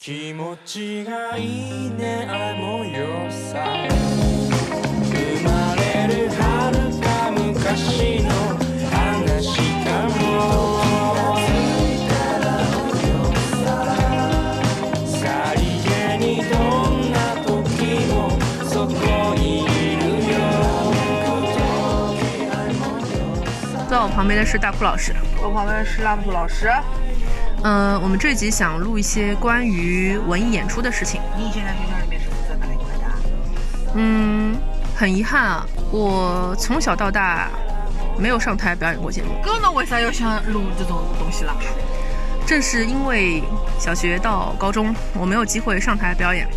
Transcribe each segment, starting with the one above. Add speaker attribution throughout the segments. Speaker 1: 気持ちがいいね愛もよさ生まれる遥か昔の話かもさりげにどんな時もそこにいるよ
Speaker 2: 在我旁边的是大哭老师。
Speaker 3: 我旁边是烂普老师。
Speaker 2: 嗯、我们这集想录一些关于文艺演出的事情。
Speaker 3: 你以前在学校里面是负责哪一块的啊？
Speaker 2: 嗯，很遗憾啊，我从小到大没有上台表演过节目，
Speaker 3: 哥呢？为啥要想录这种东西啦？
Speaker 2: 正是因为小学到高中我没有机会上台表演，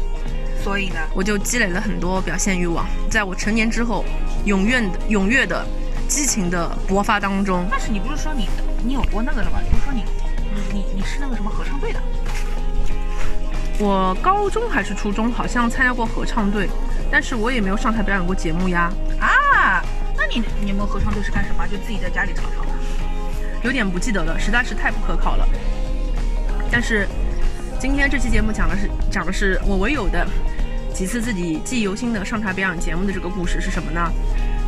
Speaker 3: 所以呢，
Speaker 2: 我就积累了很多表现欲望，在我成年之后，踊跃的、踊跃的、激情的勃发当中，
Speaker 3: 但是你不是说你你有过那个的吗？你不是说你你你你是那个什么合唱队的？
Speaker 2: 我高中还是初中好像参加过合唱队，但是我也没有上台表演过节目呀，
Speaker 3: 啊，那你你们合唱队是干什么？就自己在家里唱唱吗？
Speaker 2: 有点不记得了，实在是太不可靠了。但是今天这期节目讲的是讲的是我唯有的几次自己记忆犹新的上台表演节目的这个故事是什么呢？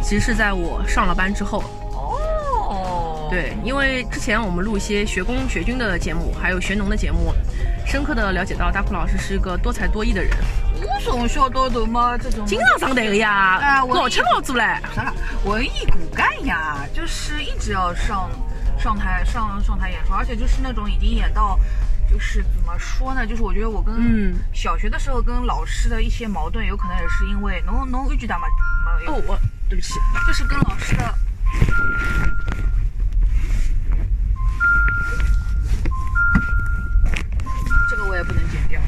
Speaker 2: 其实是在我上了班之后，
Speaker 3: 哦，
Speaker 2: 对，因为之前我们录一些学工学军的节目，还有学农的节目，深刻的了解到大哭老师是一个多才多艺的人，
Speaker 3: 我从小到大嘛，这种
Speaker 2: 经常上台的呀，
Speaker 3: 啊我
Speaker 2: 老吃老做嘞。
Speaker 3: 啥了？文艺骨干呀，就是一直要上上台上上台演出，而且就是那种已经演到，就是怎么说呢？就是我觉得我跟
Speaker 2: 嗯
Speaker 3: 小学的时候跟老师的一些矛盾，有可能也是因为侬侬预计大嘛嘛有，
Speaker 2: 哦，我对不起，
Speaker 3: 就是跟老师的。这个我也不能剪掉，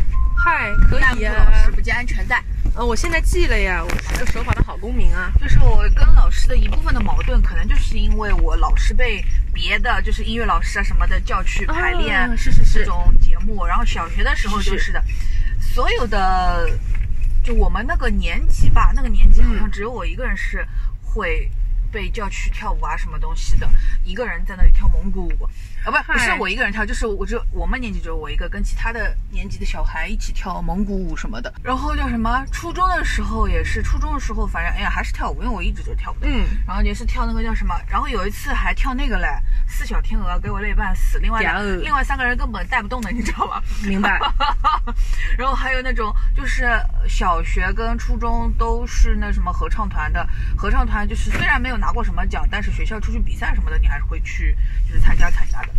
Speaker 2: 嗨，可
Speaker 3: 但
Speaker 2: 以呀、
Speaker 3: 老师不系安全带。
Speaker 2: 呃，我现在记了呀，我是个守法的好公民啊。
Speaker 3: 就是我跟老师的一部分的矛盾，可能就是因为我老是被别的就是音乐老师啊什么的叫去排练、
Speaker 2: 啊是是是
Speaker 3: 这种节目，然后小学的时候
Speaker 2: 是是
Speaker 3: 就是的，所有的就我们那个年级吧，那个年级好像只有我一个人是会被叫去跳舞啊什么东西的，一个人在那里跳蒙古舞。啊，不，不是
Speaker 2: 嗨
Speaker 3: 我一个人跳，就是我就我们年级只有我一个，跟其他的年级的小孩一起跳蒙古舞什么的。然后叫什么？初中的时候也是，初中的时候反正哎呀还是跳舞，因为我一直就是跳舞的。
Speaker 2: 嗯，
Speaker 3: 然后也是跳那个叫什么，然后有一次还跳那个嘞，四小天鹅给我累半死，另外
Speaker 2: 屌
Speaker 3: 两另外三个人啊根本带不动的，你知道吗？
Speaker 2: 明 白。
Speaker 3: 然后还有那种就是小学跟初中都是那什么合唱团的，合唱团就是虽然没有拿过什么奖，但是学校出去比赛什么的，你还是会去就是参加参加的。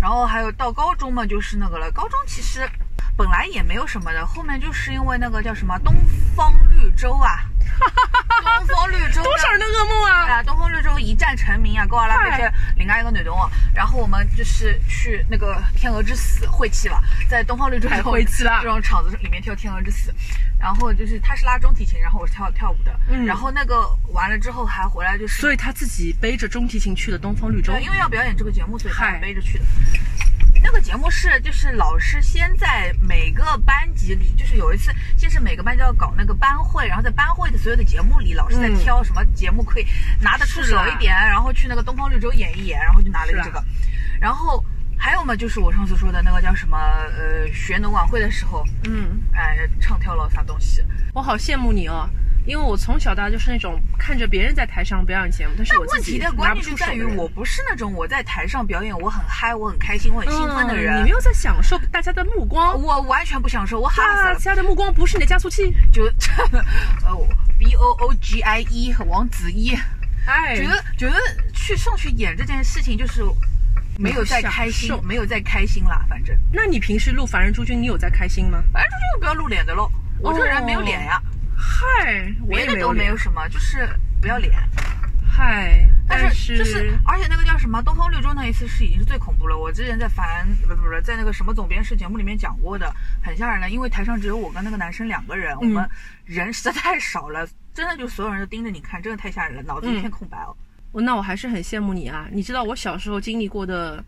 Speaker 3: 然后还有到高中嘛，就是那个了。高中其实本来也没有什么的，后面就是因为那个叫什么东方绿洲啊，东方绿洲
Speaker 2: 多少人的噩梦啊！
Speaker 3: 啊，东方绿洲一战成名啊，跟阿拉伯些另外一个女同学，然后我们就是去那个天鹅之死晦气了，在东方绿洲这种
Speaker 2: 太晦气了
Speaker 3: 这种场子里面跳天鹅之死，然后就是他是拉中提琴，然后我是跳跳舞的，
Speaker 2: 嗯
Speaker 3: 然后那个完了之后还回来就是，
Speaker 2: 所以他自己背着中提琴去了东方绿洲。
Speaker 3: 对因为要表演这个节目，所以他
Speaker 2: 嗨
Speaker 3: 背着去的。那个节目是，就是老师先在每个班级里，就是有一次，先是每个班级要搞那个班会，然后在班会的所有的节目里，老师在
Speaker 2: 嗯
Speaker 3: 挑什么节目可以拿得出
Speaker 2: 是
Speaker 3: 手
Speaker 2: 啦
Speaker 3: 一点，然后去那个东方绿洲演一演，然后就拿了一个
Speaker 2: 是啊
Speaker 3: 这
Speaker 2: 啦
Speaker 3: 个。然后还有嘛，就是我上次说的那个叫什么呃学农晚会的时候，
Speaker 2: 嗯，
Speaker 3: 哎、唱跳了啥东西。
Speaker 2: 我好羡慕你哦，因为我从小到大就是那种看着别人在台上表演节目，但是
Speaker 3: 但
Speaker 2: 我
Speaker 3: 问
Speaker 2: 自
Speaker 3: 题
Speaker 2: 己
Speaker 3: 的
Speaker 2: 拿
Speaker 3: 关
Speaker 2: 不
Speaker 3: 键就
Speaker 2: 出手
Speaker 3: 在
Speaker 2: 的
Speaker 3: 于
Speaker 2: 人。
Speaker 3: 我不是那种我在台上表演我很嗨、我很开心、我很兴奋的
Speaker 2: 嗯，
Speaker 3: 人。
Speaker 2: 你没有在享受大家的目光，
Speaker 3: 我完全不享受，我哈死
Speaker 2: 大
Speaker 3: 了，
Speaker 2: 家的目光不是你的加速器。
Speaker 3: 就呃，B O O G I E 和王子一，
Speaker 2: 哎，
Speaker 3: 觉得觉得去上去演这件事情就是没有在开心
Speaker 2: 享受，
Speaker 3: 没有在开心啦，反正
Speaker 2: 那你平时录《凡人诸君》，你有在开心吗？
Speaker 3: 反正就是不要露脸的喽，我这个人没有脸呀，
Speaker 2: 嗨，哦我
Speaker 3: 别
Speaker 2: 也
Speaker 3: 的
Speaker 2: 没
Speaker 3: 都
Speaker 2: 有
Speaker 3: 没
Speaker 2: 脸
Speaker 3: 有。什么，就是不要脸。
Speaker 2: 嗨，
Speaker 3: 但
Speaker 2: 是
Speaker 3: 就是，而且那个叫什么《东方绿洲》那一次是已经是最恐怖了。我之前在凡不不不，在那个什么总编室节目里面讲过的，很吓人的。因为台上只有我跟那个男生两个人，我们人实在太少了，真的就所有人都盯着你看，真的太吓人了，脑子一片空白哦。
Speaker 2: 我那我还是很羡慕你啊！你知道我小时候经历过的，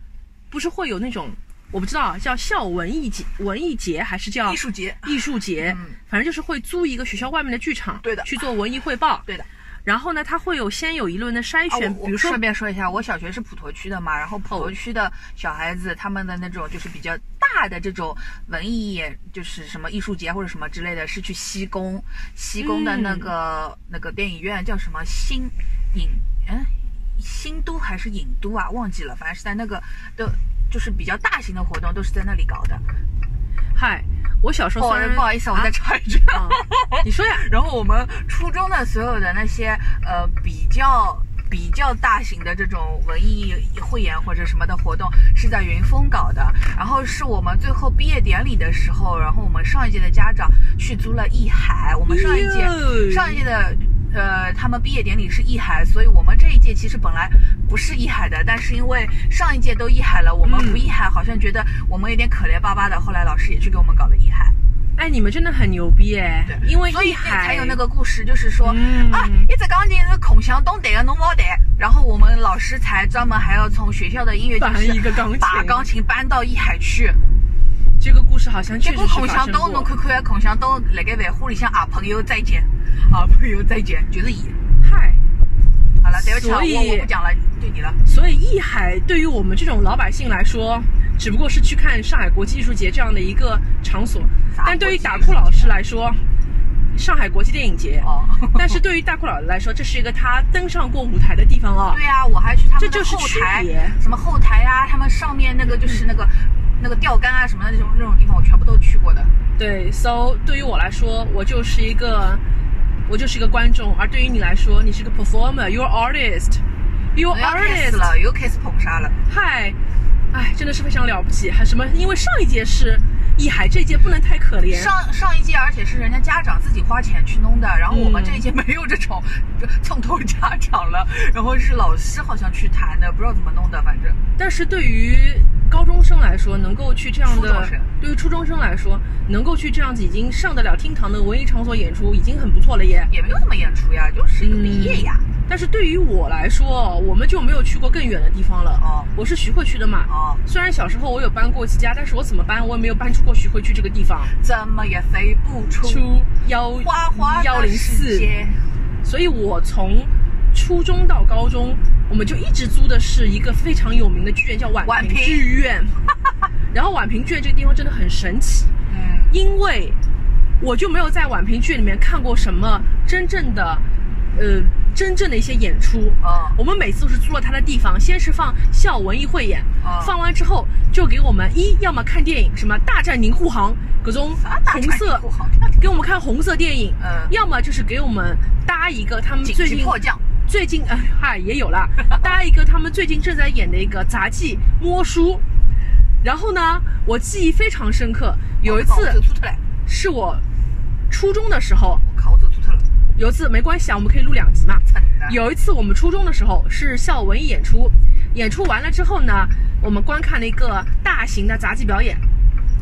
Speaker 2: 不是会有那种我不知道啊叫校文艺节、文艺节还是叫
Speaker 3: 艺术节，
Speaker 2: 艺术节，
Speaker 3: 嗯
Speaker 2: 反正就是会租一个学校外面的剧场，
Speaker 3: 对的
Speaker 2: 去做文艺汇报。
Speaker 3: 对的，
Speaker 2: 然后呢，它会有先有一轮的筛
Speaker 3: 啊
Speaker 2: 选，
Speaker 3: 我我
Speaker 2: 比如说哦
Speaker 3: 顺便说一下，我小学是普陀区的嘛，然后普陀区的小孩子他们的那种就是比较大的这种文艺，就是什么艺术节或者什么之类的，是去西宫，西宫的
Speaker 2: 嗯
Speaker 3: 那个、那个电影院叫什么新影嗯新都还是影都啊，忘记了，反正是在那个的，就是比较大型的活动都是在那里搞的。
Speaker 2: 嗨，我小时候
Speaker 3: 哦
Speaker 2: 虽然、，
Speaker 3: 不好意思，我再
Speaker 2: 啊
Speaker 3: 插一句。
Speaker 2: 啊 你说呀，
Speaker 3: 然后我们初中的所有的那些呃比较比较大型的这种文艺汇演或者什么的活动是在云峰搞的，然后是我们最后毕业典礼的时候，然后我们上一届的家长去租了艺海， 我们上一届
Speaker 2: 哟
Speaker 3: 上一届的。呃，他们毕业典礼是艺海，所以我们这一届其实本来不是艺海的，但是因为上一届都艺海了，我们不艺海好像觉得我们有点可怜巴巴的。后来老师也去给我们搞了艺海。
Speaker 2: 哎，你们真的很牛逼哎
Speaker 3: 对，
Speaker 2: 因为
Speaker 3: 所以
Speaker 2: 一
Speaker 3: 那
Speaker 2: 海
Speaker 3: 才有那个故事，就是说、
Speaker 2: 嗯
Speaker 3: 啊，一直讲你是孔祥东队的，侬冇队，然后我们老师才专门还要从学校的音乐教
Speaker 2: 搬一
Speaker 3: 室
Speaker 2: 个钢琴，
Speaker 3: 把钢琴搬到一海去。
Speaker 2: 这个故事好像确
Speaker 3: 结
Speaker 2: 实
Speaker 3: 果
Speaker 2: 是
Speaker 3: 孔
Speaker 2: 发
Speaker 3: 祥
Speaker 2: 生
Speaker 3: 东，
Speaker 2: 过。
Speaker 3: 侬看看孔祥东辣盖饭花里向啊，朋友再见，啊，朋友再见，就是伊。
Speaker 2: 嗨，
Speaker 3: 好了，对不起啊，
Speaker 2: 所以
Speaker 3: 我我不讲了，对你了。
Speaker 2: 所以艺海对于我们这种老百姓来说，只不过是去看上海国际艺术节这样的一个场所，
Speaker 3: 啥
Speaker 2: 但对于
Speaker 3: 国际
Speaker 2: 打
Speaker 3: 艺术
Speaker 2: 酷老
Speaker 3: 节
Speaker 2: 师来说，上海国际电影 节。
Speaker 3: 哦，
Speaker 2: 但是对于大酷老师来说，这是一个他登上过舞台的地方啊、
Speaker 3: 对呀、我还去他们
Speaker 2: 这
Speaker 3: 的
Speaker 2: 就是
Speaker 3: 后
Speaker 2: 区
Speaker 3: 台
Speaker 2: 别，
Speaker 3: 什么后台啊，他们上面那个就是那个、那个钓竿啊什么的那种那种地方，我全部都去过的。
Speaker 2: 对，so 对于我来说，我就是一个我就是一个观众，而对于你来说，你是个 performer，you're artist，you're
Speaker 3: 我要开始
Speaker 2: artist。
Speaker 3: 了，又开始捧杀了。
Speaker 2: 嗨，哎，真的是非常了不起。还什么？因为上一届是艺海，这一届不能太可怜。
Speaker 3: 上上一届，而且是人家家长自己花钱去弄的，然后我们
Speaker 2: 嗯
Speaker 3: 这一届没有这种冲头家长了，然后是老师好像去谈的，不知道怎么弄的，反正
Speaker 2: 但是对于高中生来说，能够去这样
Speaker 3: 初中
Speaker 2: 的
Speaker 3: 生，
Speaker 2: 对于初中生来说，能够去这样子已经上得了厅堂的文艺场所演出，已经很不错了耶。
Speaker 3: 也没有怎么演出呀，就是一个毕业呀。
Speaker 2: 但是对于我来说，我们就没有去过更远的地方了。
Speaker 3: 哦
Speaker 2: 我是徐汇区的嘛。
Speaker 3: 哦，
Speaker 2: 虽然小时候我有搬过一次家，但是我怎么搬，我也没有搬出过徐汇区这个地方。
Speaker 3: 怎么也飞不出
Speaker 2: 出幺
Speaker 3: 花花
Speaker 2: 幺
Speaker 3: 的
Speaker 2: 零
Speaker 3: 世
Speaker 2: 四，
Speaker 3: 界。
Speaker 2: 所以我从初中到高中，我们就一直租的是一个非常有名的剧院，叫宛
Speaker 3: 宛
Speaker 2: 平
Speaker 3: 平
Speaker 2: 剧 院。然后宛平剧院这个地方真的很神奇，
Speaker 3: 嗯，
Speaker 2: 因为我就没有在宛平剧院里面看过什么真正的，呃，真正的一些演出。呃
Speaker 3: 哦，
Speaker 2: 我们每次都是租了他的地方，先是放校文艺汇演，
Speaker 3: 哦
Speaker 2: 放完之后就给我们一要么看电影，什么《大战宁沪杭》各种
Speaker 3: 啥大
Speaker 2: 红
Speaker 3: 船
Speaker 2: 色嗯
Speaker 3: 不，好，
Speaker 2: 给我们看红色电影，
Speaker 3: 嗯
Speaker 2: 要么就是给我们搭一个他们
Speaker 3: 紧
Speaker 2: 最
Speaker 3: 急
Speaker 2: 近
Speaker 3: 迫降。
Speaker 2: 最近 哎嗨也有 了，搭一个他们最近正在演的一个杂技摸书。然后呢，我记忆非常深刻，有一
Speaker 3: 我靠我
Speaker 2: 次
Speaker 3: 走出特了，
Speaker 2: 是我初中的时候，
Speaker 3: 我靠，我走出特了，
Speaker 2: 有一次没关系啊，我们可以录两集嘛。
Speaker 3: 真的。
Speaker 2: 有一次我们初中的时候是校文艺演出，演出完了之后呢，我们观看了一个大型的杂技表演，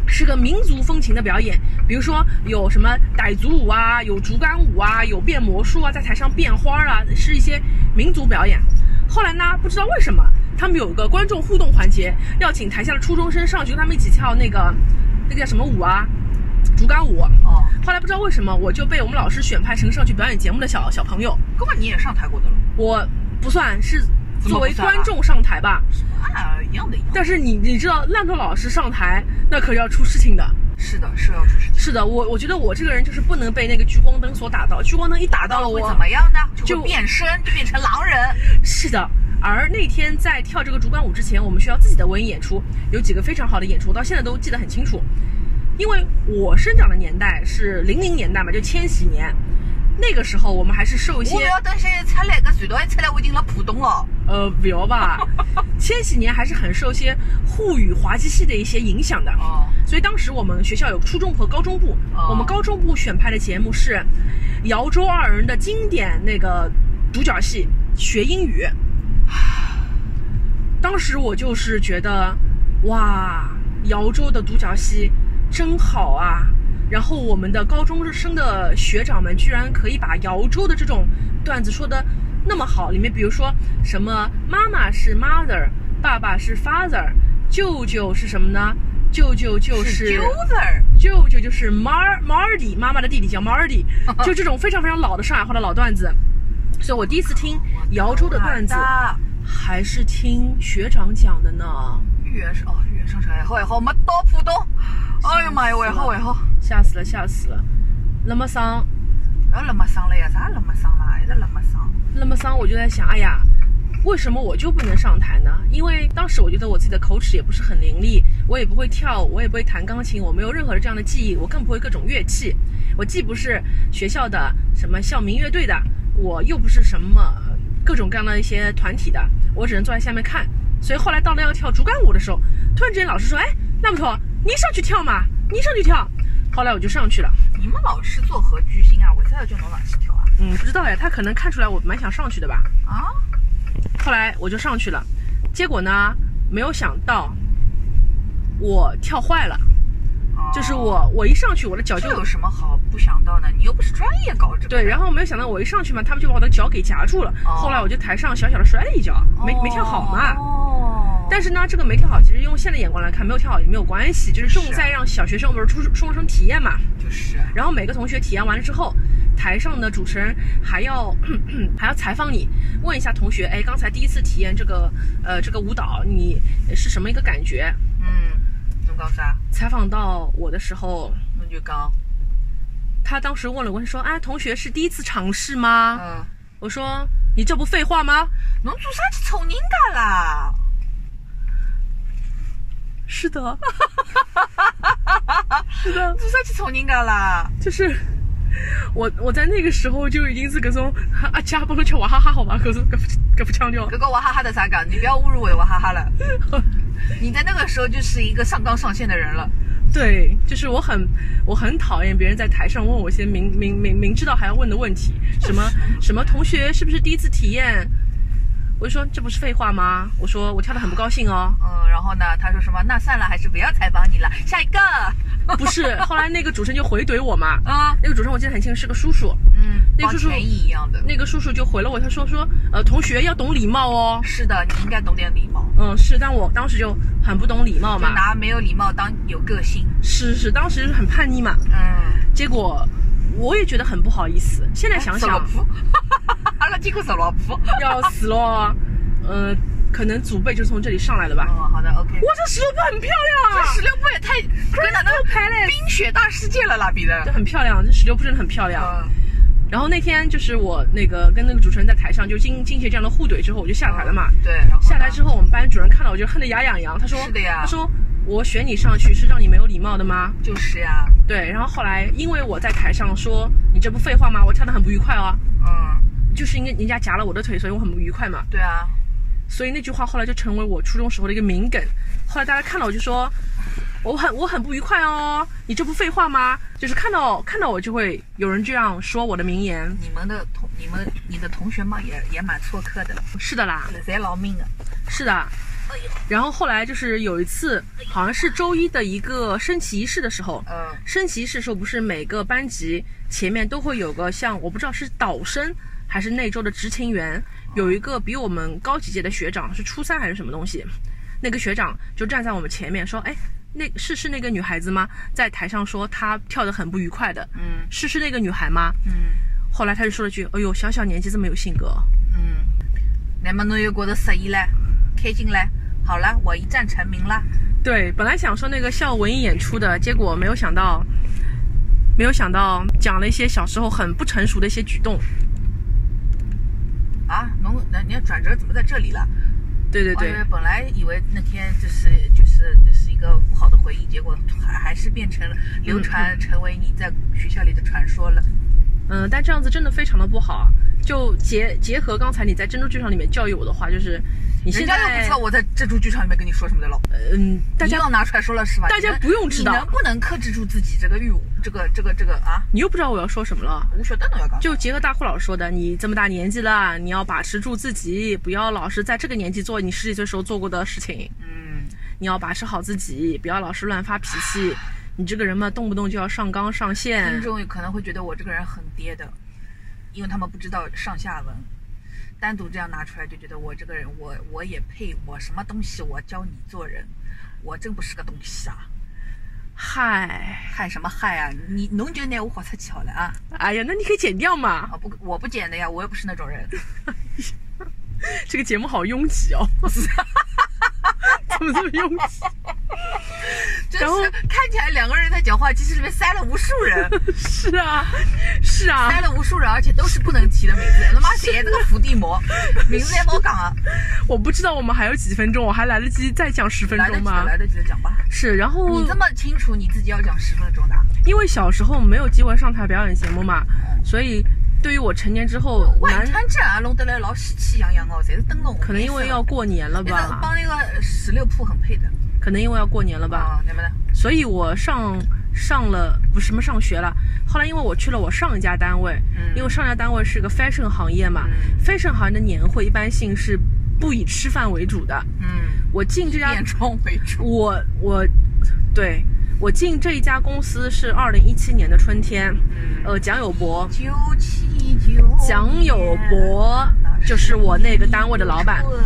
Speaker 2: 是个民族风情的表演，比如说有什么傣族舞啊，有竹竿舞啊，有变魔术啊，在台上变花啊，是一些民族表演。后来呢，不知道为什么他们有一个观众互动环节，要请台下的初中生上去跟他们一起跳那个那个叫什么舞啊，竹竿舞。
Speaker 3: 哦，
Speaker 2: 后来不知道为什么，我就被我们老师选派成上去表演节目的小小朋友。
Speaker 3: 哥们你也上台过的了，
Speaker 2: 我不算是
Speaker 3: 怎么
Speaker 2: 作为
Speaker 3: 不算啊
Speaker 2: 观众上台吧，
Speaker 3: 啊，一样的，一样的。
Speaker 2: 但是你你知道烂头老师上台那可要出事情的。
Speaker 3: 是的，是要出事情。
Speaker 2: 是的，我我觉得我这个人就是不能被那个聚光灯所打到，聚光灯一打到了
Speaker 3: 会
Speaker 2: 我
Speaker 3: 怎，么样呢？就
Speaker 2: 就
Speaker 3: 会变身，就变成狼人。
Speaker 2: 是的。而那天在跳这个竹竿舞之前，我们学校自己的文艺演出有几个非常好的演出，我到现在都记得很清楚。因为我生长的年代是零零年代嘛，就千禧年，那个时候我们还是受一些
Speaker 3: 我要等现在出来，搿传道一出来，我已经辣浦东了。
Speaker 2: 呃，不要吧，千禧年还是很受一些沪语滑稽戏的一些影响的。
Speaker 3: 哦，
Speaker 2: 所以当时我们学校有初中部和高中部，
Speaker 3: 哦
Speaker 2: 我们高中部选派的节目是姚州二人的经典那个独角戏《学英语》。当时我就是觉得，哇，姚州的独角戏真好啊！然后我们的高中生的学长们居然可以把姚州的这种段子说的那么好，里面比如说什么妈妈是 mother，爸爸是 father，舅舅是什么呢？舅舅就是是
Speaker 3: Joser，
Speaker 2: 舅舅就是 Mar Mardy，妈妈的弟弟叫 Mardy，就这种非常非常老的上海话的老段子。所以我第一次听姚州的段子，
Speaker 3: 好的
Speaker 2: 还是听学长讲的呢。
Speaker 3: 豫园是哦，豫园上车以后以后，我们到浦东。哎呦妈呀，
Speaker 2: 啊
Speaker 3: 尾后尾后，
Speaker 2: 吓死了，吓死了！那么桑，
Speaker 3: 不哎要那么上了呀，啥那么上啦，还是那么上。
Speaker 2: 那么桑，我就在想，哎呀，为什么我就不能上台呢？因为当时我觉得我自己的口齿也不是很伶俐，我也不会跳舞，我也不会弹钢琴，我没有任何的这样的技艺，我更不会各种乐器，我既不是学校的什么校民乐队的，我又不是什么各种各样的一些团体的，我只能坐在下面看。所以后来到了要跳竹竿舞的时候，突然之间老师说：“哎，那么头，你上去跳嘛，你上去跳。”后来我就上去了。
Speaker 3: 你们老师做何居心啊？为啥要叫侬上去跳啊？
Speaker 2: 嗯，不知道哎，他可能看出来我蛮想上去的吧。
Speaker 3: 啊？
Speaker 2: 后来我就上去了，结果呢，没有想到我跳坏了，
Speaker 3: 哦
Speaker 2: 就是我我一上去我的脚就
Speaker 3: 这有什么好不想到呢？你又不是专业搞这个的。
Speaker 2: 对，然后没有想到我一上去嘛，他们就把我的脚给夹住了。
Speaker 3: 哦
Speaker 2: 后来我就台上小小的摔了一跤，没没跳好嘛。
Speaker 3: 哦。
Speaker 2: 但是呢，这个没跳好，其实用现在眼光来看，没有跳好也没有关系，就是重
Speaker 3: 是
Speaker 2: 在让小学生们、初初中生体验嘛。
Speaker 3: 就是
Speaker 2: 然后每个同学体验完了之后，台上的主持人还要 还要采访你，问一下同学，哎，刚才第一次体验这个呃这个舞蹈，你是什么一个感觉？
Speaker 3: 嗯，侬讲啥？
Speaker 2: 采访到我的时候，
Speaker 3: 侬就讲
Speaker 2: 他当时问了我说，哎，同学是第一次尝试吗？
Speaker 3: 嗯，
Speaker 2: 我说你这不废话吗？
Speaker 3: 侬做啥去宠人家啦？
Speaker 2: 是的，是的，
Speaker 3: 做啥去宠人家啦？
Speaker 2: 就是。我我在那个时候就已经是搿种啊，家帮侬吃娃哈哈好吧，搿种搿副搿副腔调。
Speaker 3: 搿个娃哈哈的啥讲？你不要侮辱我的娃 哈哈了。你在那个时候就是一个上纲上线的人了。
Speaker 2: 对，就是我很我很讨厌别人在台上问我一些明明明明知道还要问的问题，什么什么同学是不是第一次体验？我就说这不是废话吗？我说我跳的很不高兴哦，
Speaker 3: 嗯，然后呢，他说什么？那算了，还是不要采访你了，下一个。
Speaker 2: 不是。后来那个主持人就回怼我嘛，
Speaker 3: 啊，
Speaker 2: 那个主持人我记得很清，是个叔叔，
Speaker 3: 嗯，
Speaker 2: 那
Speaker 3: 帮
Speaker 2: 叔叔
Speaker 3: 权益一样的。
Speaker 2: 那个叔叔就回了我，他说说呃同学要懂礼貌哦，
Speaker 3: 是的，你应该懂点礼貌，
Speaker 2: 嗯是，但我当时就很不懂礼貌
Speaker 3: 就
Speaker 2: 嘛，
Speaker 3: 拿没有礼貌当有个性。
Speaker 2: 是是，当时就是很叛逆嘛，
Speaker 3: 嗯，
Speaker 2: 结果我也觉得很不好意思，现在想
Speaker 3: 走老
Speaker 2: 想。
Speaker 3: 婆，阿拉见过走 老婆。
Speaker 2: 要死咯，嗯、可能祖辈就是从这里上来的吧。
Speaker 3: 嗯，好的，OK。
Speaker 2: 哇，这石头布很漂亮
Speaker 3: 这
Speaker 2: 啊，
Speaker 3: 十六部也太，跟哪能
Speaker 2: Palace
Speaker 3: 冰雪大世界了啦，比
Speaker 2: 这
Speaker 3: 的。
Speaker 2: 很漂亮，这石榴布真的很漂亮。
Speaker 3: 嗯，
Speaker 2: 然后那天就是我那个跟那个主持人在台上就经经一些这样的互怼之后，我就下台了嘛。
Speaker 3: 对，然后
Speaker 2: 下台
Speaker 3: 呢
Speaker 2: 之后，我们班主任看到我就恨得牙痒痒，他说：“
Speaker 3: 是的呀
Speaker 2: 他说我选你上去是让你没有礼貌的吗
Speaker 3: 就是呀，？”
Speaker 2: 对，然后后来因为我在台上说你这不废话吗？我跳得很不愉快哦，
Speaker 3: 嗯，
Speaker 2: 就是因为人家夹了我的腿，所以我很不愉快嘛。
Speaker 3: 对啊，
Speaker 2: 所以那句话后来就成为我初中时候的一个名梗。后来大家看到我就说，我很我很不愉快哦，你这不废话吗？就是看到看到我就会有人这样说我的名言。
Speaker 3: 你们的同你们你的同学嘛，也也蛮做客的，
Speaker 2: 是的啦，
Speaker 3: 侪劳命的。
Speaker 2: 是的。然后后来就是有一次，好像是周一的一个升旗仪式的时候，
Speaker 3: 嗯，
Speaker 2: 升旗仪式的时候不是每个班级前面都会有个像我不知道是导生还是那周的执勤员，有一个比我们高几届的学长是初三还是什么东西，那个学长就站在我们前面说，哎，那是是那个女孩子吗？在台上说她跳得很不愉快的，
Speaker 3: 嗯
Speaker 2: 是是那个女孩吗？
Speaker 3: 嗯
Speaker 2: 后来他就说了句，哎呦，小小年纪这么有性格，
Speaker 3: 嗯，那么侬又觉得适意嘞，开心嘞？好了，我一战成名了。
Speaker 2: 对，本来想说那个校文艺演出的，结果没有想到，没有想到讲了一些小时候很不成熟的一些举动，
Speaker 3: 啊，侬那你的转折怎么在这里了？
Speaker 2: 对对对
Speaker 3: 我以为。本哦来以为那天就是就是就是一个不好的回忆，结果还还是变成了流传成为你在学校里的传说了。
Speaker 2: 嗯，但这样子真的非常的不好。啊就结结合刚才你在珍珠剧场里面教育我的话，就是你
Speaker 3: 人
Speaker 2: 现
Speaker 3: 家又不
Speaker 2: 在
Speaker 3: 知道我在这株剧场里面跟你说什么的喽。
Speaker 2: 嗯，大
Speaker 3: 你
Speaker 2: 家
Speaker 3: 要拿出来说了是吧？
Speaker 2: 大家
Speaker 3: 你能
Speaker 2: 不用知道
Speaker 3: 你能不能克制住自己这个欲，这个这个这个啊？
Speaker 2: 你又不知道我要说什么了。
Speaker 3: 我晓得侬要讲啥，
Speaker 2: 就结合大库老师说的，你这么大年纪了，你要把持住自己，不要老是在这个年纪做你十几岁时候做过的事情。
Speaker 3: 嗯，
Speaker 2: 你要把持好自己，不要老是乱发脾气。你这个人嘛，动不动就要上纲上
Speaker 3: 听
Speaker 2: 线。
Speaker 3: 众可能会觉得我这个人很爹的，因为他们不知道上下文。单独这样拿出来就觉得我这个人，我我也配，我什么东西，我教你做人，我真不是个东西啊！
Speaker 2: 嗨，
Speaker 3: 嗨什么嗨啊？你侬就拿我豁出去好了啊！
Speaker 2: 哎呀，那你可以剪掉嘛，
Speaker 3: 啊不，我不剪的呀，我又不是那 种人。
Speaker 2: 这个节目好拥挤哦， 怎么这么拥挤？
Speaker 3: 真
Speaker 2: 然后
Speaker 3: 是看起来两个人在讲话，其实里面塞了无数人，
Speaker 2: 是啊，是啊
Speaker 3: 塞，了无数人，而且都是不能提的名字。他妈谁这个伏 地魔，名字也不好讲啊！
Speaker 2: 我不知道我们还有几分钟，我还来得及再讲十分
Speaker 3: 来得
Speaker 2: 钟
Speaker 3: 及
Speaker 2: 吗
Speaker 3: 的，？来得及的讲吧。
Speaker 2: 是，然后
Speaker 3: 你这么清楚你自己要讲十分钟的啊，
Speaker 2: 因为小时候没有机会上台表演节目嘛，
Speaker 3: 嗯
Speaker 2: 所以对于我成年之后，
Speaker 3: 晚
Speaker 2: 男
Speaker 3: 餐这啊弄得来老喜气洋洋哦，侪是灯笼。
Speaker 2: 可能因为要过年了
Speaker 3: 那个
Speaker 2: 吧，
Speaker 3: 帮那个十六铺很配的
Speaker 2: 可能因为要过年了吧，
Speaker 3: 啊，对不对？
Speaker 2: 所以我上上了不是什么上学了。后来因为我去了我上一家单位，
Speaker 3: 嗯
Speaker 2: 因为上一家单位是个 fashion 行业嘛、
Speaker 3: 嗯
Speaker 2: f a s h i o n 行业的年会一般性是不以吃饭为主的。
Speaker 3: 嗯，
Speaker 2: 我进这家
Speaker 3: 眼妆为主。
Speaker 2: 我我对我进这一家公司是二零一七年的春天，
Speaker 3: 嗯
Speaker 2: 呃，蒋友柏，
Speaker 3: 九七九年
Speaker 2: 蒋友柏
Speaker 3: 哦
Speaker 2: 就是我那个单位的老板。
Speaker 3: 春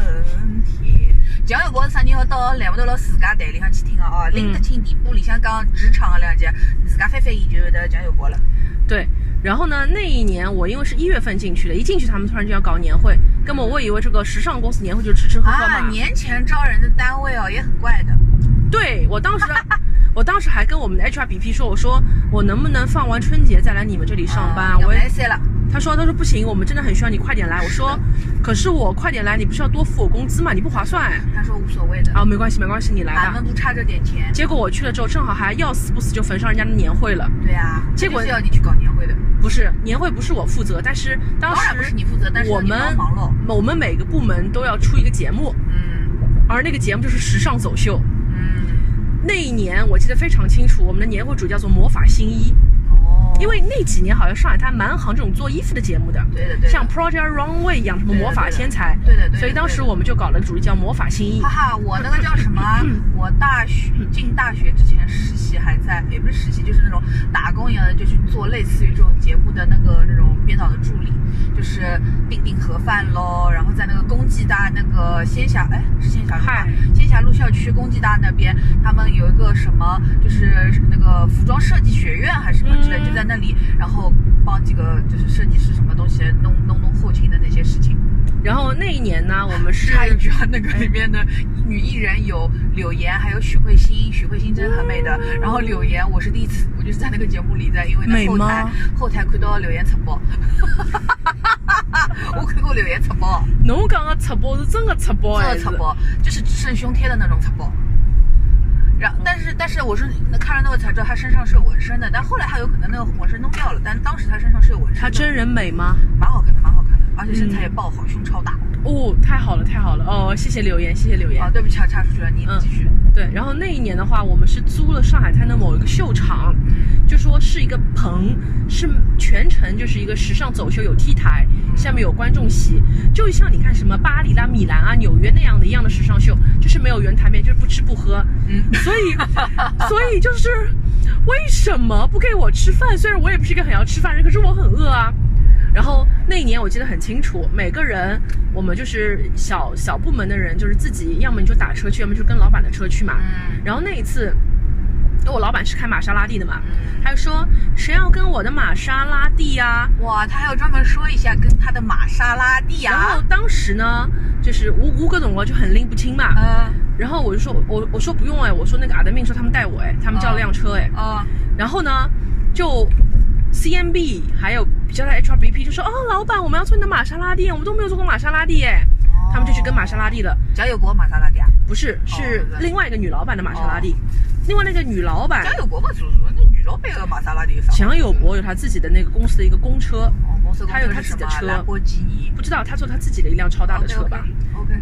Speaker 3: 天。蒋友柏是啥人？要到栏目头老自家台里向去听啊，
Speaker 2: 嗯
Speaker 3: 哦，拎得清地铺里向讲职场啊的两节，自家翻翻伊就有得蒋友柏了。
Speaker 2: 对，然后呢，那一年我因为是一月份进去的，一进去他们突然就要搞年会，根本我以为这个时尚公司年会就吃吃喝喝嘛。
Speaker 3: 啊，年前招人的单位哦，也很怪的。
Speaker 2: 对我当时， 我当时还跟我们的 HRBP 说，我说我能不能放完春节再来你们这里上班？
Speaker 3: 啊要
Speaker 2: 我
Speaker 3: 来
Speaker 2: 也
Speaker 3: 塞了。
Speaker 2: 他说他说不行，我们真的很需要你快点来。我说，可是我快点来，你不是要多付我工资嘛？你不划算
Speaker 3: 他说无所谓的，
Speaker 2: 啊，没关系没关系，你来吧。
Speaker 3: 俺们不差这点钱。
Speaker 2: 结果我去了之后，正好还要死不死就逢上人家的年会了。
Speaker 3: 对啊，
Speaker 2: 结果
Speaker 3: 他就是要你去搞年会的，
Speaker 2: 不是年会不是我负责，但是当
Speaker 3: 当然不是
Speaker 2: 时
Speaker 3: 你负责，但是
Speaker 2: 我
Speaker 3: 你
Speaker 2: 们
Speaker 3: 帮忙喽。
Speaker 2: 我们每个部门都要出一个节目，
Speaker 3: 嗯
Speaker 2: 而那个节目就是时尚走秀。
Speaker 3: 嗯，
Speaker 2: 那一年我记得非常清楚，我们的年会主叫做魔法新衣。
Speaker 3: 哦，
Speaker 2: 因为那几年好像上海滩蛮行这种做衣服的节目的，
Speaker 3: 对的对的，
Speaker 2: 像 Project Runway 一样，什么
Speaker 3: 对的
Speaker 2: 魔法天才，
Speaker 3: 对的对的，啊
Speaker 2: 所以当时我们就搞了个主题叫魔法新衣
Speaker 3: 对的。哈哈，我那个叫什么啊？
Speaker 2: 嗯
Speaker 3: 我大学进大学之前实习还在，也不是实习，就是那种打工一样的，就去做类似于这种节目的那个那种编导的助理，就是订订盒饭喽，然后在那个公济大那个仙霞，哎，是仙霞路吧
Speaker 2: 嗨？
Speaker 3: 仙霞路校区公济大那边，他们有一个什么，就是那个服装设计学院还是什么之类，
Speaker 2: 嗯
Speaker 3: 就在那里，然后帮几个就是设计师什么东西弄弄弄后勤的那些事情。
Speaker 2: 然后那一年呢，我们是
Speaker 3: 插一句啊，那个里面的女艺人有柳岩，还有许慧欣，许慧欣真的很美的。然后柳岩，我是第一次，我就是在那个节目里在，因为那
Speaker 2: 美
Speaker 3: 后台
Speaker 2: 吗
Speaker 3: 后台看到柳岩出包， 我看过柳岩出包，
Speaker 2: 侬讲的赤膊是真的赤膊
Speaker 3: 真
Speaker 2: 哎，
Speaker 3: 的出包，就是只剩胸贴的那种出包。然但是但是我是看了那个才知道她身上是有纹身的，但后来她有可能那个纹身弄掉了，但当时她身上是有纹身的，
Speaker 2: 她真人嗯美吗？
Speaker 3: 蛮好看的，蛮好看的，而且身材也爆好，胸超大。
Speaker 2: 哦，太好了太好了哦，谢谢留言谢谢留言
Speaker 3: 啊，。对不起啊，插出去了，你
Speaker 2: 嗯
Speaker 3: 继续。
Speaker 2: 对，然后那一年的话，我们是租了上海滩的某一个秀场，就说是一个棚，是全程就是一个时尚走秀，有 T 台，下面有观众席，就像你看什么巴黎啦、米兰啊、纽约那样的一样的时尚秀，就是没有圆台面，就是不吃不喝，
Speaker 3: 嗯，
Speaker 2: 所以所以就是为什么不给我吃饭？虽然我也不是一个很要吃饭的人，可是我很饿啊。然后那一年我记得很清楚，每个人我们就是小小部门的人，就是自己要么你就打车去，要么就跟老板的车去嘛。
Speaker 3: 嗯
Speaker 2: 然后那一次，因为我老板是开玛莎拉蒂的嘛，
Speaker 3: 嗯
Speaker 2: 他就说谁要跟我的玛莎拉蒂呀、
Speaker 3: 哇，他还要专门说一下跟他的玛莎拉蒂啊
Speaker 2: 然
Speaker 3: 呀
Speaker 2: 后，当时呢，就是无无各种我就很拎不清嘛。
Speaker 3: 嗯
Speaker 2: 然后我就说，我我说不用哎，我说那个阿德命说他们带我哎，他们叫了辆车哎。
Speaker 3: 嗯
Speaker 2: 然后呢，就 CMB 还有比较大的 HRBP 就说，哦，老板，我们要坐你的玛莎拉蒂，我们都没有坐过玛莎拉蒂哎。
Speaker 3: 哦
Speaker 2: 他们就去跟玛莎拉蒂了，
Speaker 3: 蒋友柏玛莎拉蒂啊，
Speaker 2: 不是，是
Speaker 3: 对
Speaker 2: 另外一个女老板的玛莎拉
Speaker 3: 哦
Speaker 2: 蒂，另外那个女老板
Speaker 3: 蒋友柏嘛，祖祖那女老板有个玛莎拉蒂有啥？
Speaker 2: 蒋友柏有她自己的那个公司的一个公车，
Speaker 3: 哦，公司
Speaker 2: 他有
Speaker 3: 公
Speaker 2: 他
Speaker 3: 司
Speaker 2: 自
Speaker 3: 是
Speaker 2: 己的
Speaker 3: 什么
Speaker 2: 车
Speaker 3: 兰博基尼，
Speaker 2: 不知道她坐她自己的一辆超大的车
Speaker 3: 哦
Speaker 2: 吧。
Speaker 3: ？OK，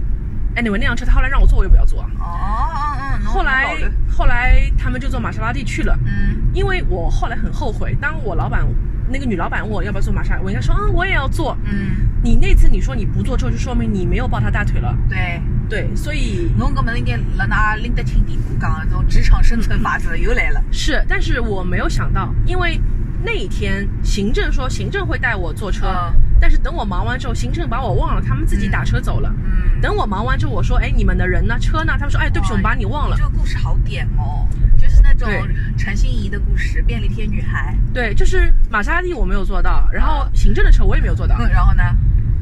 Speaker 2: anyway，那辆车她后来让我坐，我也不要坐啊。
Speaker 3: 哦哦嗯，
Speaker 2: 后来后来他们就坐玛莎拉蒂去了，
Speaker 3: 嗯
Speaker 2: 因为我后来很后悔，当我老板那个女老板问我要不要坐玛莎，我应该说啊我也要坐。
Speaker 3: 嗯，
Speaker 2: 你那次你说你不坐之后，就说明你没有抱她大腿了。
Speaker 3: 对，
Speaker 2: 对，所以
Speaker 3: 侬搿么应该辣那拎得清地步讲的这种职场生存法则又来了。
Speaker 2: 是，但是我没有想到，因为那一天行政说行政会带我坐车，
Speaker 3: 嗯
Speaker 2: 但是等我忙完之后，行政把我忘了，他们自己打车走了。
Speaker 3: 嗯，
Speaker 2: 等我忙完之后，我说，哎，你们的人呢？车呢？他们说，哎，对不起，我们把你忘了
Speaker 3: 这。个故事好点哦，就是那种
Speaker 2: 对
Speaker 3: 陈心怡的故事，便利贴女孩。
Speaker 2: 对，就是玛莎拉蒂我没有做到，然后行政的车我也没有做到，
Speaker 3: 嗯，然后呢？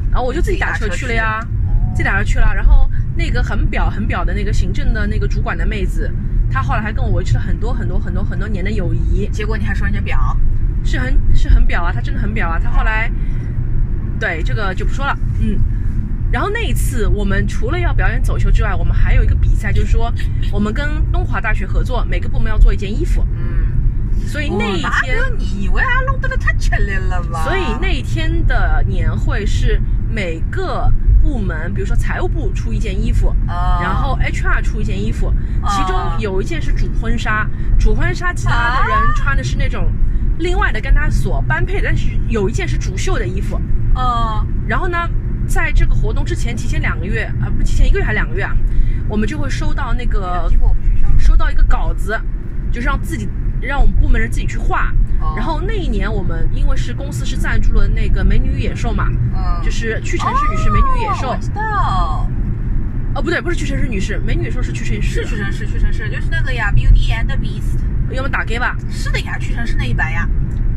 Speaker 2: 然后我就自己打车
Speaker 3: 自己打车
Speaker 2: 去了呀，
Speaker 3: 哦
Speaker 2: 自己打车去了。然后那个很表很表的那个行政的那个主管的妹子，她后来还跟我维持了很多很多很多很多年的友谊，
Speaker 3: 结果你还说人家表，
Speaker 2: 是很是很表啊，她真的很表啊。她后来，对这个就不说了，嗯。然后那一次，我们除了要表演走秀之外，我们还有一个比赛，就是说我们跟东华大学合作，每个部门要做一件衣服。
Speaker 3: 嗯，
Speaker 2: 所以那一
Speaker 3: 哪
Speaker 2: 天，
Speaker 3: 有你以为俺弄得了太吃力了
Speaker 2: 哦
Speaker 3: 吧？
Speaker 2: 所以那一天的年会是每个部门，比如说财务部出一件衣服，
Speaker 3: 啊，
Speaker 2: 然后 HR 出一件衣服，其中
Speaker 3: 啊
Speaker 2: 有一件是主婚纱，主婚纱其他的人穿的是那种另外的跟他所般配的，但是有一件是主秀的衣服。
Speaker 3: 嗯，
Speaker 2: 然后呢，在这个活动之前，提前两个月啊，不提前一个月还两个月啊，我们就会收到那个
Speaker 3: 经过我们学校了，
Speaker 2: 收到一个稿子，就是让自己让我们部门人自己去画。
Speaker 3: 哦
Speaker 2: 然后那一年我们因为是公司是赞助了那个美女与野兽嘛，
Speaker 3: 嗯，
Speaker 2: 就是屈臣氏女士美女与野兽
Speaker 3: 哦我，知道，
Speaker 2: 哦不对，不是屈臣氏女士，美女与野兽是屈臣氏
Speaker 3: 是，屈臣氏，屈臣氏就是那个呀，Beauty and the Beast，
Speaker 2: 要么打给吧，
Speaker 3: 是的呀，屈臣氏那一版呀，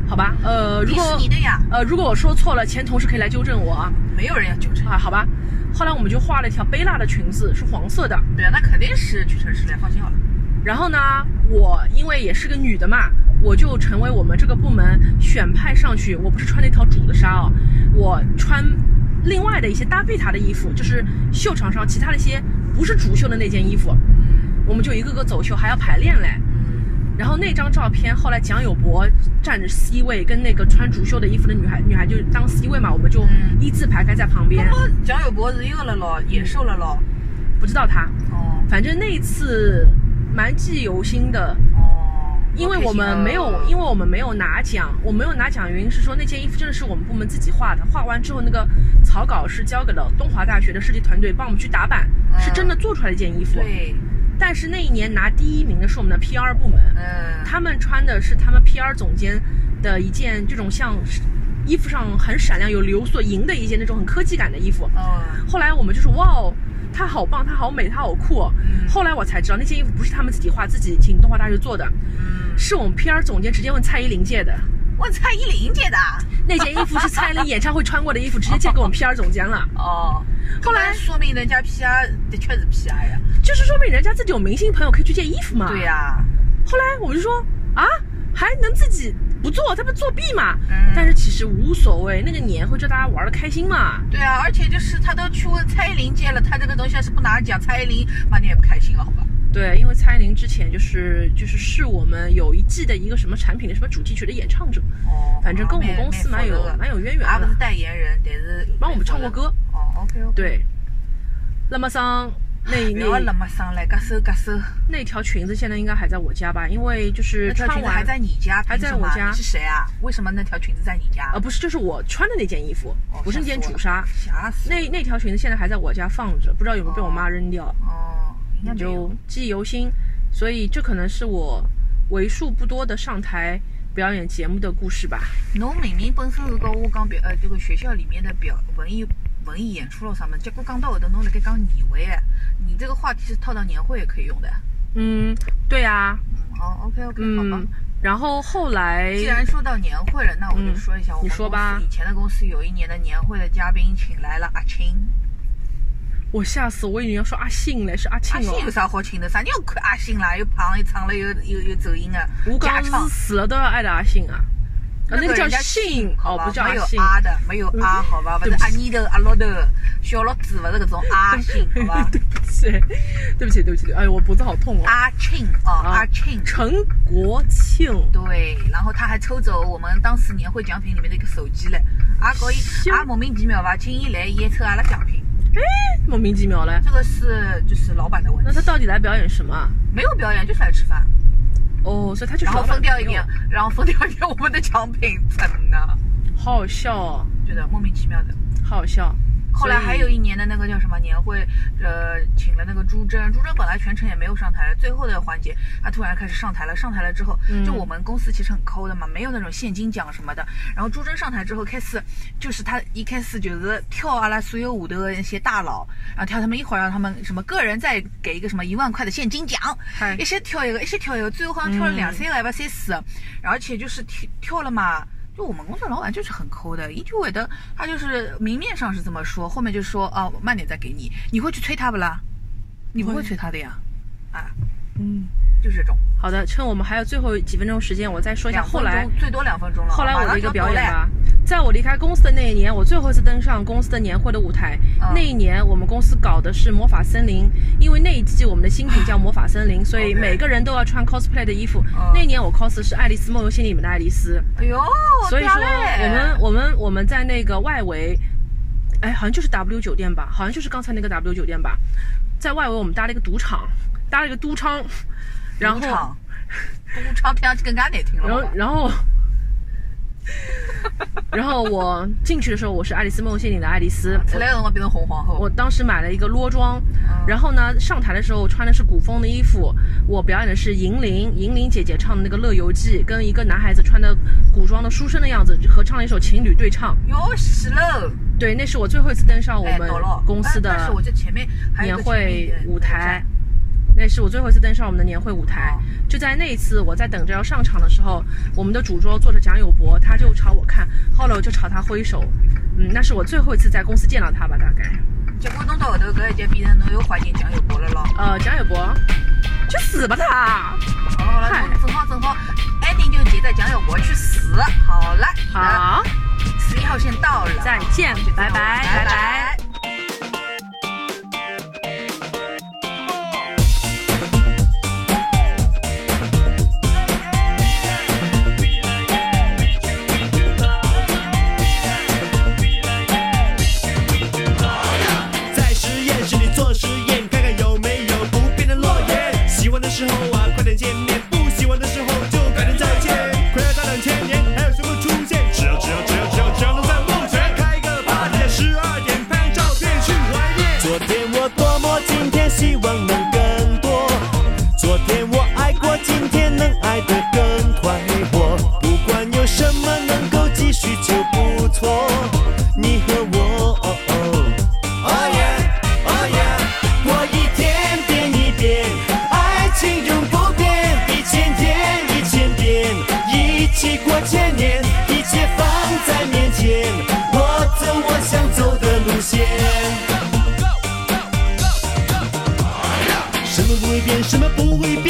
Speaker 2: 好吧，呃，如
Speaker 3: 迪士
Speaker 2: 果
Speaker 3: 尼的呀，
Speaker 2: 呃如果我说错了，前同事可以来纠正我啊，
Speaker 3: 没有人要纠正，
Speaker 2: 啊好吧，后来我们就画了一条贝拉的裙子，是黄色的，
Speaker 3: 对啊，那肯定是屈臣氏了，放心好了，
Speaker 2: 然后呢，我因为也是个女的嘛，我就成为我们这个部门选派上去。我不是穿那条主的纱哦，我穿另外的一些搭配她的衣服，就是秀场上其他的一些不是主秀的那件衣服，
Speaker 3: 嗯
Speaker 2: 我们就一个个走秀，还要排练嘞。
Speaker 3: 嗯，
Speaker 2: 然后那张照片后来蒋友柏站着 C 位，跟那个穿主秀的衣服的女孩，女孩就当 C 位嘛，我们就
Speaker 3: 嗯
Speaker 2: 一字排开在旁边
Speaker 3: 那，么蒋友柏是又了咯，
Speaker 2: 嗯
Speaker 3: 野兽了咯，
Speaker 2: 不知道她。
Speaker 3: 哦
Speaker 2: 反正那一次蛮记忆犹新的，
Speaker 3: 哦，
Speaker 2: 因为我们没有，因为我们没有拿奖，我没有拿奖，原因是说那件衣服真的是我们部门自己画的，画完之后那个草稿是交给了东华大学的设计团队帮我们去打版，
Speaker 3: 嗯
Speaker 2: 是真的做出来的一件衣服。
Speaker 3: 对，
Speaker 2: 但是那一年拿第一名的是我们的 PR 部门，
Speaker 3: 嗯，
Speaker 2: 他们穿的是他们 PR 总监的一件这种像衣服上很闪亮有流苏银的一件那种很科技感的衣服。
Speaker 3: 嗯
Speaker 2: 后来我们就是哇哦，她好棒，她好美，她好酷、哦。
Speaker 3: 嗯
Speaker 2: 后来我才知道那件衣服不是他们自己画，自己请东华大学做的。
Speaker 3: 嗯，
Speaker 2: 是我们 PR 总监直接问蔡依林借的，
Speaker 3: 问蔡依林借的啊，
Speaker 2: 那件衣服是蔡依林演唱会穿过的衣服，直接借给我们 PR 总监了。
Speaker 3: 哦，
Speaker 2: 后来
Speaker 3: 那说明人家 PR 的确是 PR 呀，
Speaker 2: 就是说明人家自己有明星朋友可以去借衣服嘛。
Speaker 3: 对、呀，
Speaker 2: 后来我们就说啊，还能自己不做，他不作弊嘛？
Speaker 3: 嗯
Speaker 2: 但是其实无所谓，那个年会就大家玩的开心嘛。
Speaker 3: 对啊，而且就是他都去问蔡依林借了，他这个东西要是不拿奖，蔡依林妈你也不开心了，好吧？
Speaker 2: 对，因为蔡依林之前就是就是是我们有一季的一个什么产品的什么主题曲的演唱者，
Speaker 3: 哦，
Speaker 2: 反正跟我们公司蛮有蛮有渊源
Speaker 3: 俺不是
Speaker 2: 的，
Speaker 3: 代言人，但是
Speaker 2: 帮我们唱过歌。
Speaker 3: 哦，OK OK。
Speaker 2: 对，那么桑 那
Speaker 3: 不要
Speaker 2: 那
Speaker 3: 那么上来，嘎收嘎收。
Speaker 2: 那条裙子现在应该还在我家吧？因为就是
Speaker 3: 那条
Speaker 2: 穿
Speaker 3: 裙子
Speaker 2: 完
Speaker 3: 还在你家，
Speaker 2: 还在
Speaker 3: 凭什么
Speaker 2: 我家
Speaker 3: 你是谁啊？为什么那条裙子在你家？
Speaker 2: 呃不是，就是我穿的那件衣服，
Speaker 3: 哦
Speaker 2: 不是那件主纱。
Speaker 3: 吓死我了！
Speaker 2: 那那条裙子现在还在我家放着，不知道有没有被我妈扔掉，
Speaker 3: 哦，应该没有
Speaker 2: 就记忆犹新。所以这可能是我为数不多的上台表演节目的故事吧。
Speaker 3: 侬明明本身是搞我讲表呃这个学校里面的表文艺文艺演出咯啥么，结果讲到后头侬辣盖讲年会，啊你这个话题是套到年会也可以用的。
Speaker 2: 嗯，对啊，
Speaker 3: 嗯，哦，OK OK，、好
Speaker 2: 嗯
Speaker 3: 吧。，
Speaker 2: 然后后来
Speaker 3: 既然说到年会了，那我就
Speaker 2: 嗯
Speaker 3: 说一下我
Speaker 2: 你
Speaker 3: 们
Speaker 2: 说
Speaker 3: 公
Speaker 2: 吧
Speaker 3: 司以前的公司有一年的年会的嘉宾请来了阿青，
Speaker 2: 我吓死，我以为你要说阿信嘞，是阿庆
Speaker 3: 阿信
Speaker 2: 哦
Speaker 3: 有。啥好请的？啥人要看阿信啦？又胖又唱了又又又走音的，
Speaker 2: 吴
Speaker 3: 假
Speaker 2: 刚是
Speaker 3: 唱。
Speaker 2: 死了都要爱的阿信啊，啊那个叫
Speaker 3: 人家
Speaker 2: 信
Speaker 3: 好
Speaker 2: 哦，
Speaker 3: 吧
Speaker 2: 不叫
Speaker 3: 没
Speaker 2: 阿
Speaker 3: 有
Speaker 2: 信。
Speaker 3: 阿的，没有阿，好吧，不是
Speaker 2: 对不起
Speaker 3: 阿妮头、阿老头、小老子，不是搿种阿信，好吧？
Speaker 2: 是，对不起，对不起，对哎，我脖子好痛哦。
Speaker 3: 阿庆哦，阿庆，
Speaker 2: 陈国庆，
Speaker 3: 对，然后他还抽走我们当时年会奖品里面的一个手机嘞，阿搞伊
Speaker 2: 咻，
Speaker 3: 阿莫名其妙吧，请伊来，伊还抽阿拉奖品，
Speaker 2: 莫名其妙嘞。
Speaker 3: 这个是就是老板的问
Speaker 2: 那他
Speaker 3: 题，
Speaker 2: 到底来表演什么啊？
Speaker 3: 没有表演就是来吃饭，
Speaker 2: 哦，所以他就是
Speaker 3: 然后
Speaker 2: 老板
Speaker 3: 分掉一
Speaker 2: 朋友
Speaker 3: 点，然后分掉一点我们的奖品，怎么呢？
Speaker 2: 好好笑哦，
Speaker 3: 觉得莫名其妙的，
Speaker 2: 好好笑。哦
Speaker 3: 后来
Speaker 2: 所
Speaker 3: 还
Speaker 2: 以
Speaker 3: 有一年的那个叫什么年会，呃，请了那个朱桢，朱桢本来全程也没有上台，最后的环节她突然开始上台了。上台了之后，就
Speaker 2: 嗯
Speaker 3: 我们公司其实很抠的嘛，没有那种现金奖什么的。然后朱桢上台之后，开始就是她一开始就是跳阿拉所有舞的那些大佬，然后跳他们一会儿让他们什么个人再给一个什么一万块的现金奖，
Speaker 2: 嗨
Speaker 3: 一，些跳一个，一些跳一个，最后好像跳了两
Speaker 2: 嗯
Speaker 3: 三个还不三四个，而且就是跳跳了嘛。就我们公司老板就是很抠的，一句会的，他就是明面上是这么说，后面就说啊，我慢点再给你，你会去催他不啦？你不
Speaker 2: 会
Speaker 3: 会催他的呀，啊，
Speaker 2: 嗯，
Speaker 3: 就是这种。
Speaker 2: 好的，趁我们还有最后几分钟时间，我再说一下
Speaker 3: 两
Speaker 2: 后
Speaker 3: 分
Speaker 2: 来
Speaker 3: 钟最多两分钟了，
Speaker 2: 后来我
Speaker 3: 嗯马
Speaker 2: 的
Speaker 3: 上
Speaker 2: 一个
Speaker 3: 就
Speaker 2: 表演
Speaker 3: 要到嘞。
Speaker 2: 吧。在我离开公司的那一年，我最后一次登上公司的年会的舞台。
Speaker 3: 嗯
Speaker 2: 那一年，我们公司搞的是魔法森林，因为那一季我们的新品叫魔法森林，所以
Speaker 3: OK
Speaker 2: 每个人都要穿 cosplay 的衣服。
Speaker 3: 嗯
Speaker 2: 那一年我 cos 的是《爱丽丝梦游仙境》里面的爱丽丝，
Speaker 3: 哎呦，
Speaker 2: 所以说
Speaker 3: 屌嘞
Speaker 2: 我们我们我们在那个外围，哎，好像就是 W 酒店吧，好像就是刚才那个 W 酒店吧，在外围我们搭了一个赌场，搭了一个都昌，然后
Speaker 3: 赌场，赌场听上去更加难听
Speaker 2: 然
Speaker 3: 了好
Speaker 2: 后
Speaker 3: 吧。
Speaker 2: 然 后然后我进去的时候，我是《爱丽丝梦游仙境》里的爱丽丝，
Speaker 3: 出来的辰光变成红皇后。
Speaker 2: 我当时买了一个裸装，
Speaker 3: 嗯
Speaker 2: 然后呢，上台的时候穿的是古风的衣服，我表演的是银铃，银铃姐姐唱的那个《乐游记》，跟一个男孩子穿的古装的书生的样子合唱了一首情侣对唱。
Speaker 3: 哟死喽！
Speaker 2: 对，那是我最后一次登上我
Speaker 3: 哎
Speaker 2: 们
Speaker 3: 懂了
Speaker 2: 公司
Speaker 3: 哎但
Speaker 2: 的
Speaker 3: 是我这前面还有
Speaker 2: 年
Speaker 3: 个前面一
Speaker 2: 会
Speaker 3: 点
Speaker 2: 舞台，那是我最后一次登上我们的年会舞台
Speaker 3: 哦。
Speaker 2: 就在那一次，我在等着要上场的时候，我们的主桌坐着蒋友柏，他就朝我看，后来我就朝他挥手。嗯，那是我最后一次在公司见到他吧，大概。
Speaker 3: 结果弄到后头搿一节变成侬又怀念蒋友柏了咯。
Speaker 2: 呃，蒋友柏，去死吧他！
Speaker 3: 好了好了，
Speaker 2: 嗨
Speaker 3: 正好正好，ending 就结在蒋友柏去死。好了，你的
Speaker 2: 好，
Speaker 3: 十一号线到了，
Speaker 2: 再见
Speaker 3: 就这样
Speaker 2: 拜拜拜
Speaker 3: 拜
Speaker 2: 拜
Speaker 3: 拜。
Speaker 4: 在实验室里做实验，看看有没有不变的诺言。喜欢的时候啊，快点见面；不喜欢的时候就改天再见。快要到两千年，还有谁会出现？只要只要只要只要只要能在梦前开个 party，在十二点拍照片去怀念。昨天我多么，今天希望能更多。昨天我爱过，今天能爱得更快活。不管有什么能够继续就不错。你和我。哦哦哦耶，哦耶！我一天变一变，爱情永不变，一千天一千变，一起过千年，一切放在面前，我走我想走的路线。什么不会变，什么不会变，哦